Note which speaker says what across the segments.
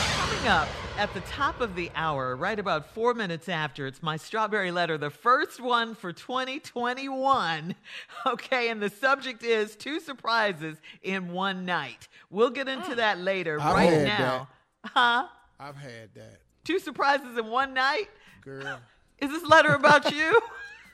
Speaker 1: Coming up at the top of the hour, right about four minutes after, it's my strawberry letter, the first one for 2021. Okay, and the subject is two surprises in one night. We'll get
Speaker 2: Mm.
Speaker 1: into that later.
Speaker 3: I've
Speaker 1: right
Speaker 3: had
Speaker 1: now, huh?
Speaker 3: I've had that,
Speaker 1: Two surprises in one night?
Speaker 3: girl.
Speaker 1: Is this letter about you?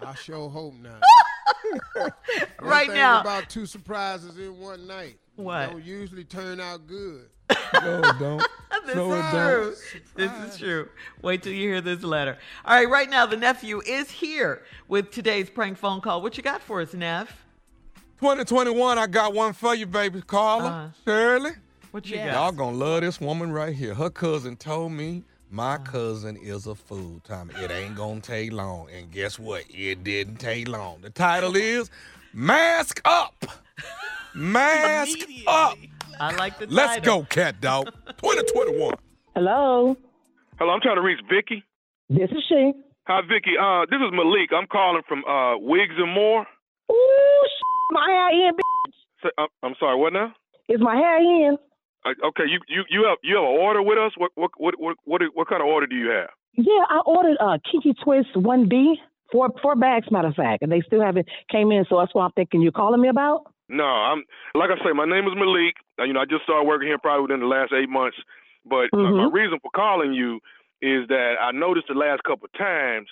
Speaker 3: I sure hope not. One
Speaker 1: right
Speaker 3: thing
Speaker 1: now,
Speaker 3: about two surprises in one night.
Speaker 1: What?
Speaker 3: Don't usually turn out good.
Speaker 2: No, it don't.
Speaker 1: this
Speaker 2: No, it
Speaker 1: is
Speaker 2: don't.
Speaker 1: true. This is true. Wait till you hear this letter. All right, right now, the nephew is here with today's prank phone call. What you got for us, Neff?
Speaker 2: 2021, I got one for you, baby. Carla,
Speaker 1: Uh-huh.
Speaker 2: Shirley.
Speaker 1: What you
Speaker 4: Yes.
Speaker 2: Y'all
Speaker 1: got?
Speaker 2: gonna love this woman right here. Her cousin told me my
Speaker 1: Uh-huh.
Speaker 2: cousin is a fool, Tommy. It ain't gonna take long. And guess what? It didn't take long. The title is Mask Up. Mask Up.
Speaker 1: I like the
Speaker 2: Let's
Speaker 1: title.
Speaker 2: go, cat dog. 2021.
Speaker 5: Hello,
Speaker 6: Hello, I'm trying to reach Vicky.
Speaker 5: this is she.
Speaker 6: Hi, Vicky. Uh, this is Malik. I'm calling from uh, Wigs and More.
Speaker 5: Ooh, sh- my hair in. b-
Speaker 6: So, uh, I'm sorry. What now?
Speaker 5: Is my hair in?
Speaker 6: Uh, okay, you, you you have you have an order with us. What what what what what, what kind of order do you have?
Speaker 5: Yeah, I ordered uh, Kiki Twist one B, four four bags, matter of fact, and they still haven't came in. So that's what I'm thinking you're calling me about.
Speaker 6: No, I'm like I say, my name is Malik. Uh, you know, I just started working here probably within the last eight months. But my- my,
Speaker 5: Mhm.
Speaker 6: reason for calling you is that I noticed the last couple of times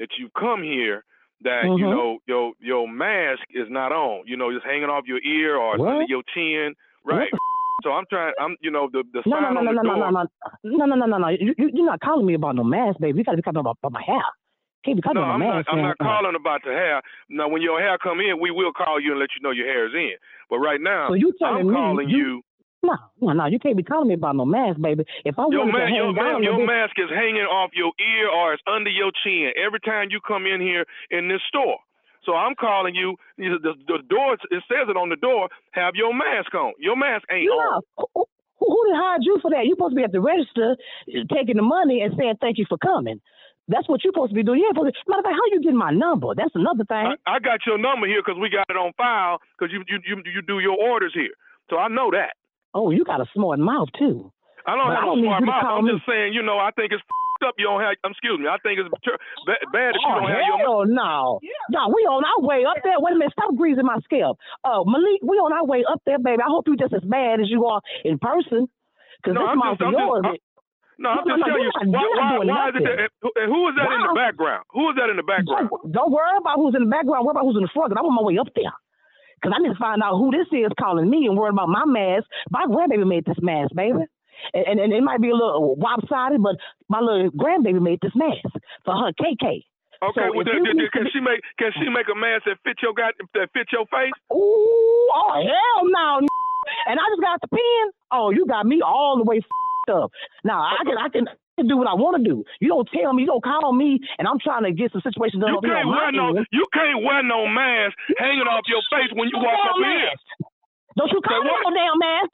Speaker 6: that you've come here that you
Speaker 5: Mhm.
Speaker 6: know your your mask is not on. You know, just hanging off your ear or it's
Speaker 5: What?
Speaker 6: under your chin, right? So I'm trying. I'm you know the the
Speaker 5: No, no,
Speaker 6: sign
Speaker 5: no,
Speaker 6: on
Speaker 5: no,
Speaker 6: the
Speaker 5: no, no,
Speaker 6: door.
Speaker 5: no, no, no, no, no, no, no. You, you, you're not calling me about no mask, baby. You got to be talking about, about my hair. Can't be talking
Speaker 6: No,
Speaker 5: about
Speaker 6: I'm
Speaker 5: my
Speaker 6: not.
Speaker 5: mask.
Speaker 6: I'm
Speaker 5: man. uh,
Speaker 6: not calling about the hair. Now, when your hair come in, we will call you and let you know your hair is in. But right now,
Speaker 5: So you telling
Speaker 6: I'm
Speaker 5: me
Speaker 6: calling
Speaker 5: you-
Speaker 6: you.
Speaker 5: No, no, no. You can't be calling me about no mask, baby. If I
Speaker 6: Your,
Speaker 5: wanted
Speaker 6: ma-
Speaker 5: to hang
Speaker 6: your, ma-
Speaker 5: down,
Speaker 6: your
Speaker 5: then-
Speaker 6: mask is hanging off your ear or it's under your chin every time you come in here in this store. So I'm calling you. you know, The, the door it says it on the door. Have your mask on. Your mask ain't
Speaker 5: Yeah.
Speaker 6: on.
Speaker 5: Who, who, who did hire you for that? You're supposed to be at the register uh, taking the money and saying thank you for coming. That's what you're supposed to be doing. You ain't supposed to, matter of fact, how you getting my number? That's another thing.
Speaker 6: I, I got your number here because we got it on file because you, you you you do your orders here. So I know that.
Speaker 5: oh, you got a smart mouth too.
Speaker 6: I don't
Speaker 5: But I
Speaker 6: have no
Speaker 5: don't need
Speaker 6: smart
Speaker 5: you to
Speaker 6: mouth.
Speaker 5: call
Speaker 6: I'm
Speaker 5: me.
Speaker 6: just saying, you know, I think it's up. You don't have. um, Excuse me. I think it's ter- ba- bad that you
Speaker 5: Oh
Speaker 6: don't have your.
Speaker 5: hell no! No, we on our way up there. Wait a minute, stop greasing my scalp. Uh, Malik, we on our way up there, baby. I hope you just as bad as you are in person, because
Speaker 6: No,
Speaker 5: this
Speaker 6: I'm
Speaker 5: mouth
Speaker 6: just-
Speaker 5: of
Speaker 6: I'm just-
Speaker 5: yours.
Speaker 6: I'm- No,
Speaker 5: No,
Speaker 6: I'm just
Speaker 5: no,
Speaker 6: telling
Speaker 5: you're not-
Speaker 6: you. Why,
Speaker 5: you're not
Speaker 6: why,
Speaker 5: doing
Speaker 6: why is it
Speaker 5: nothing.
Speaker 6: that? Who, and who is that in the
Speaker 5: Why?
Speaker 6: background? Who is that in the background?
Speaker 5: Don't, don't worry about who's in the background. Worry about who's in the front. Cause I'm on my way up there. Cause I need to find out who this is calling me and worry about my mask. My grandbaby made this mask, baby. And, and, and it might be a little lopsided, but my little grandbaby made this mask for her KK. So
Speaker 6: Okay, well,
Speaker 5: if
Speaker 6: then,
Speaker 5: you
Speaker 6: then-
Speaker 5: need
Speaker 6: can
Speaker 5: to
Speaker 6: she make can she make a mask that fit your got that fit your face?
Speaker 5: Ooh, oh hell no! n- And I just got the pen. Oh, you got me all the way fed up. Now I can I can. Do what I want to do. You don't tell me. You don't call me, and I'm trying to get some situation done.
Speaker 6: You
Speaker 5: over here
Speaker 6: can't
Speaker 5: on my
Speaker 6: wear no
Speaker 5: end.
Speaker 6: you can't wear no mask hanging off your face when you
Speaker 5: Don't
Speaker 6: walk
Speaker 5: call
Speaker 6: up in here.
Speaker 5: mask. Don't you call me
Speaker 6: Say what?
Speaker 5: no damn mask.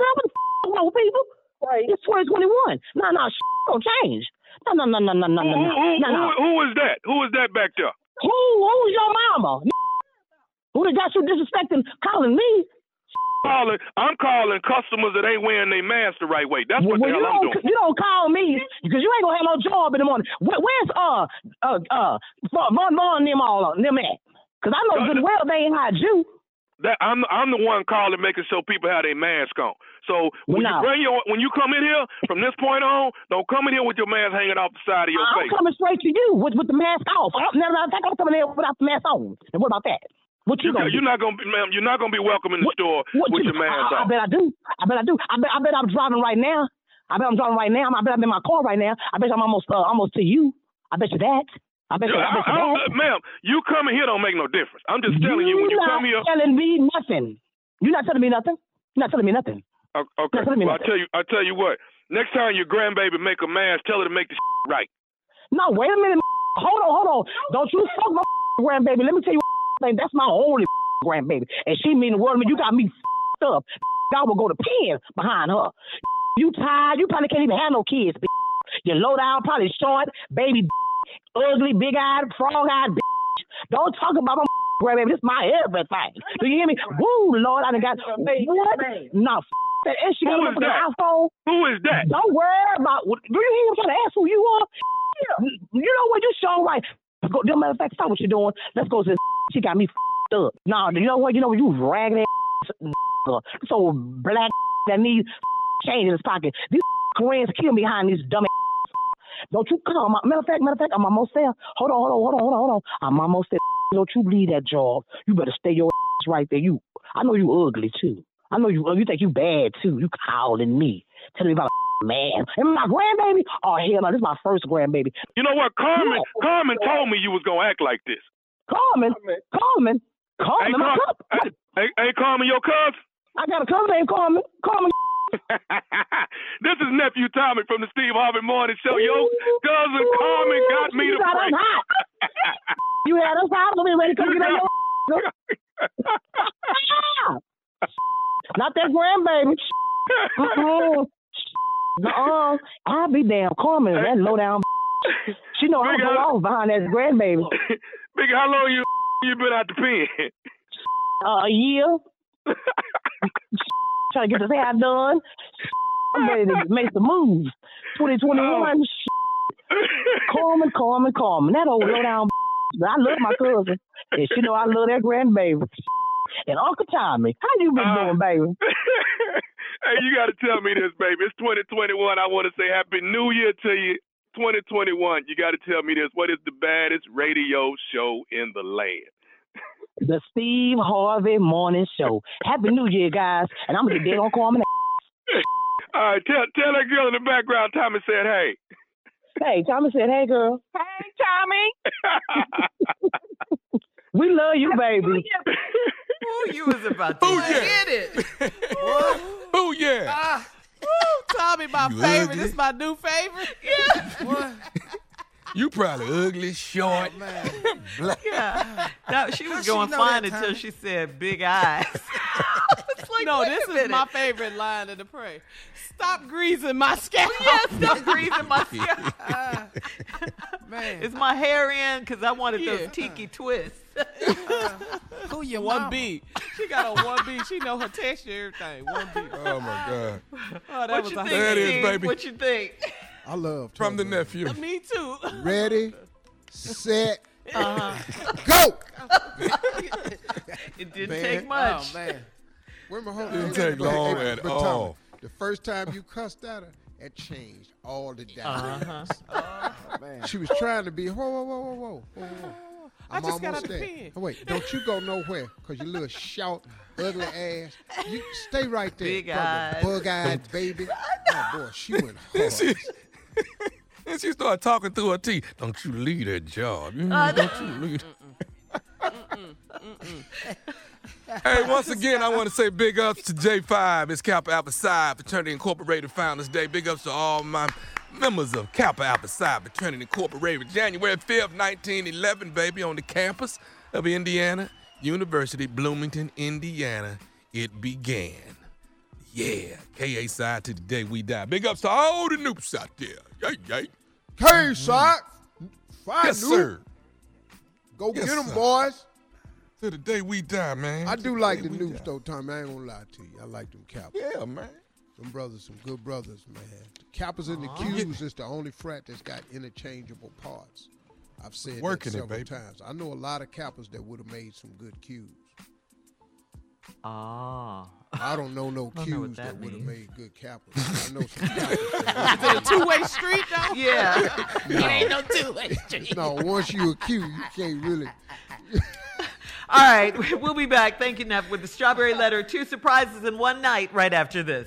Speaker 5: Girl, what the f- wrong with people? Right. It's 2021. No, no, sh- don't change. No, no, no, no, no, no, no,
Speaker 6: Who, who, who,
Speaker 5: no, no.
Speaker 6: who, who is that? Who is that back there?
Speaker 5: Who, who's your mama? Who done got you disrespecting calling me?
Speaker 6: Calling, I'm calling customers that ain't wearing their mask the right way. That's what
Speaker 5: well, you
Speaker 6: the hell I'm
Speaker 5: don't
Speaker 6: doing.
Speaker 5: you don't call me because you ain't gonna have no job in the morning. Where, where's uh uh uh Von Von them all them at? Because I know good and well they ain't hired you.
Speaker 6: That I'm I'm the one calling, making sure people have their mask on. So when
Speaker 5: No.
Speaker 6: you bring your when you come in here from this point on, don't come in here with your mask hanging off the side of your
Speaker 5: I'm
Speaker 6: face.
Speaker 5: coming straight to you with, with the mask off. I don't, matter of fact, I'm coming in without the mask on. And what about that? What you,
Speaker 6: You,
Speaker 5: gonna
Speaker 6: you're
Speaker 5: do?
Speaker 6: not gonna be, ma'am. You're not gonna be welcome in the
Speaker 5: What-
Speaker 6: store
Speaker 5: What
Speaker 6: with
Speaker 5: you,
Speaker 6: your mask
Speaker 5: I, I,
Speaker 6: on.
Speaker 5: I bet I do. I bet I do. I bet I bet I'm driving right now. I bet I'm driving right now. I bet I'm in my car right now. I bet I'm almost uh, almost to you. I bet you that. I bet you, I
Speaker 6: Yeah,
Speaker 5: bet
Speaker 6: I-
Speaker 5: you
Speaker 6: I-
Speaker 5: that.
Speaker 6: ma'am, you coming here don't make no difference. I'm just telling you when you
Speaker 5: not
Speaker 6: come here.
Speaker 5: telling me nothing. You're not telling me nothing. You're not telling me nothing.
Speaker 6: O-
Speaker 5: Yes,
Speaker 6: Okay,
Speaker 5: let me
Speaker 6: well, I
Speaker 5: know.
Speaker 6: tell you, I tell you what. Next time your grandbaby make a mask, tell her to make the right.
Speaker 5: No, wait a minute. Hold on, hold on. Don't you fuck my grandbaby. Let me tell you thing. That's my only grandbaby. And she mean the world to me. You got me fed up. I will go to pen behind her. You tired. You probably can't even have no kids. b****. You low down, probably short, baby, b****, ugly, big eyed, frog eyed. Don't talk about my grandbaby. This is my everything. Do you hear me? Woo, Lord, I done got what? No, f- that and she got
Speaker 6: Who
Speaker 5: up in
Speaker 6: is
Speaker 5: the
Speaker 6: that?
Speaker 5: household.
Speaker 6: Who is that?
Speaker 5: Don't worry about. Do you hear him trying to ask who you are? You know what? You sure right. Go, no matter of fact, stop what you're doing. Let's go to this. She got me fed up. Nah, you know what? You know what? You ragged ass. So black that needs change in his pocket. These Koreans kill me behind these dumb. Don't you come. Matter of fact, matter of fact, I'm almost there. Hold on, hold on, hold on, hold on, hold on. I'm almost there. Don't you leave that job. You better stay your ass right there. You, I know you ugly too. I know you. You think you bad too. You calling me, telling me about a man. And my grandbaby. Oh hell no, this is my first grandbaby.
Speaker 6: You know what? Carmen,
Speaker 5: No.
Speaker 6: Carmen told me you was gonna act like this.
Speaker 5: Carmen, Carmen,
Speaker 6: Hey,
Speaker 5: Carmen. my
Speaker 6: Carmen.
Speaker 5: cup.
Speaker 6: Hey, hey, hey, Carmen, your cousin.
Speaker 5: I got a cousin named Carmen. Carmen.
Speaker 6: this is nephew Tommy from the Steve Harvey Morning Show. Oh, Yo, cousin Carmen got me
Speaker 5: You
Speaker 6: to
Speaker 5: got us
Speaker 6: prank.
Speaker 5: hot. You had us hot. We ready to come
Speaker 6: You
Speaker 5: get on
Speaker 6: got-
Speaker 5: your Not that grandbaby. Mm-mm. Nuh-uh. I'll be damn Carmen, that low down. She know I
Speaker 6: Big
Speaker 5: go
Speaker 6: Al-
Speaker 5: off behind that grandbaby.
Speaker 6: Big, how long you you been out the pen?
Speaker 5: Uh, a year. Trying to get this hair done. I'm ready to make the move. 2021. Carmen, Carmen, Carmen. That old low down. I love my cousin. And she know I love that grandbaby. And Uncle Tommy, how you been
Speaker 6: Uh,
Speaker 5: doing, baby?
Speaker 6: hey, you got to tell me this, baby. It's 2021. I want to say Happy New Year to you. 2021. You got to tell me this. What is the baddest radio show in the land?
Speaker 5: The Steve Harvey Morning Show. Happy New Year, guys. And I'm going to get dead on Carmen.
Speaker 6: All right, tell tell that girl in the background. Tommy said, "Hey."
Speaker 5: Hey, Tommy said, hey, girl.
Speaker 4: Hey, Tommy.
Speaker 5: We love you, baby.
Speaker 1: Ooh, you was about to
Speaker 2: Ooh, yeah.
Speaker 1: get it.
Speaker 2: Oh yeah.
Speaker 7: Ah, woo, Tommy, my
Speaker 2: You
Speaker 7: favorite.
Speaker 2: ugly.
Speaker 7: This my new favorite.
Speaker 2: What? You probably ugly, short, man. black.
Speaker 1: Yeah. No, she was
Speaker 7: she
Speaker 1: going
Speaker 7: know
Speaker 1: fine
Speaker 7: that,
Speaker 1: until
Speaker 7: Tommy?
Speaker 1: she said big eyes. It's like,
Speaker 7: No,
Speaker 1: wait
Speaker 7: this
Speaker 1: a
Speaker 7: is my
Speaker 1: minute.
Speaker 7: favorite line of the prayer. Stop greasing my scalp.
Speaker 1: Oh, Yeah, stop breathing my
Speaker 2: Oh,
Speaker 1: scalp.
Speaker 7: Ah, man.
Speaker 1: Is my hair in? Because I wanted
Speaker 7: Yeah. Oh,
Speaker 1: those tiki twists.
Speaker 7: Who you one B? She got a one B. She know her texture, everything. One B.
Speaker 2: Oh my God.
Speaker 7: Oh, that
Speaker 1: What
Speaker 7: was
Speaker 1: you think,
Speaker 7: a-
Speaker 2: There it is,
Speaker 1: Steve?
Speaker 2: baby.
Speaker 1: What you think?
Speaker 3: I love
Speaker 2: From the
Speaker 3: Tubman.
Speaker 2: nephew.
Speaker 7: Me too.
Speaker 3: Ready, set,
Speaker 1: Uh-huh.
Speaker 3: go.
Speaker 1: It didn't
Speaker 3: Man.
Speaker 1: take much.
Speaker 7: Oh man.
Speaker 3: Where my home?
Speaker 2: Didn't take long at all.
Speaker 3: The first time you cussed at her, that changed all the
Speaker 7: Uh-huh.
Speaker 3: dynamics.
Speaker 7: Oh,
Speaker 3: She was trying to be whoa, whoa, whoa, whoa, whoa, whoa, whoa.
Speaker 7: I
Speaker 3: I'm
Speaker 7: just got
Speaker 3: almost
Speaker 7: out the
Speaker 3: there.
Speaker 7: pen.
Speaker 3: Oh, wait, don't you go nowhere, cause you little shout, ugly ass. You stay right there,
Speaker 1: Big eyes.
Speaker 3: bug eyed baby. Oh boy, she went hard.
Speaker 2: She- and she started talking through her teeth. Don't you leave that job. You hear me? Don't you leave. Hey, once again, I want to say big ups to J5. It's Kappa Alpha Psi Fraternity Incorporated Founders Day. Big ups to all my members of Kappa Alpha Psi Fraternity Incorporated. January 5th, 1911, baby, on the campus of Indiana University, Bloomington, Indiana. It began. Yeah, KA side to the day we die. Big ups to all the noobs out there. Yay, yay.
Speaker 3: Hey, sock, fine,
Speaker 2: Mm-hmm. Yes,
Speaker 3: dude.
Speaker 2: sir.
Speaker 3: Go
Speaker 2: Yes,
Speaker 3: get 'em,
Speaker 2: sir.
Speaker 3: boys.
Speaker 2: To the day we die, man.
Speaker 3: I
Speaker 2: To
Speaker 3: do like
Speaker 2: day
Speaker 3: the
Speaker 2: we
Speaker 3: noobs
Speaker 2: die.
Speaker 3: though, Tommy. I ain't gonna lie to you. I like them cows.
Speaker 2: Yeah, man.
Speaker 3: Them brothers, some good brothers, man. Uh-huh. The Kappas and the Qs is the only frat that's got interchangeable parts. I've said
Speaker 2: Working
Speaker 3: that
Speaker 2: it,
Speaker 3: several
Speaker 2: baby.
Speaker 3: times. I know a lot of Kappas that would have made some good Qs.
Speaker 1: Oh.
Speaker 3: I don't know no
Speaker 1: don't know what
Speaker 3: Qs
Speaker 1: that
Speaker 3: that would have
Speaker 1: means.
Speaker 3: made good Kappas. I know some Kappas.
Speaker 7: Is it a two-way street though?
Speaker 1: Yeah.
Speaker 3: that- no, once you a Q, you can't really.
Speaker 1: All right. We'll be back. Thank you, Neff, with the strawberry letter, two surprises in one night right after this.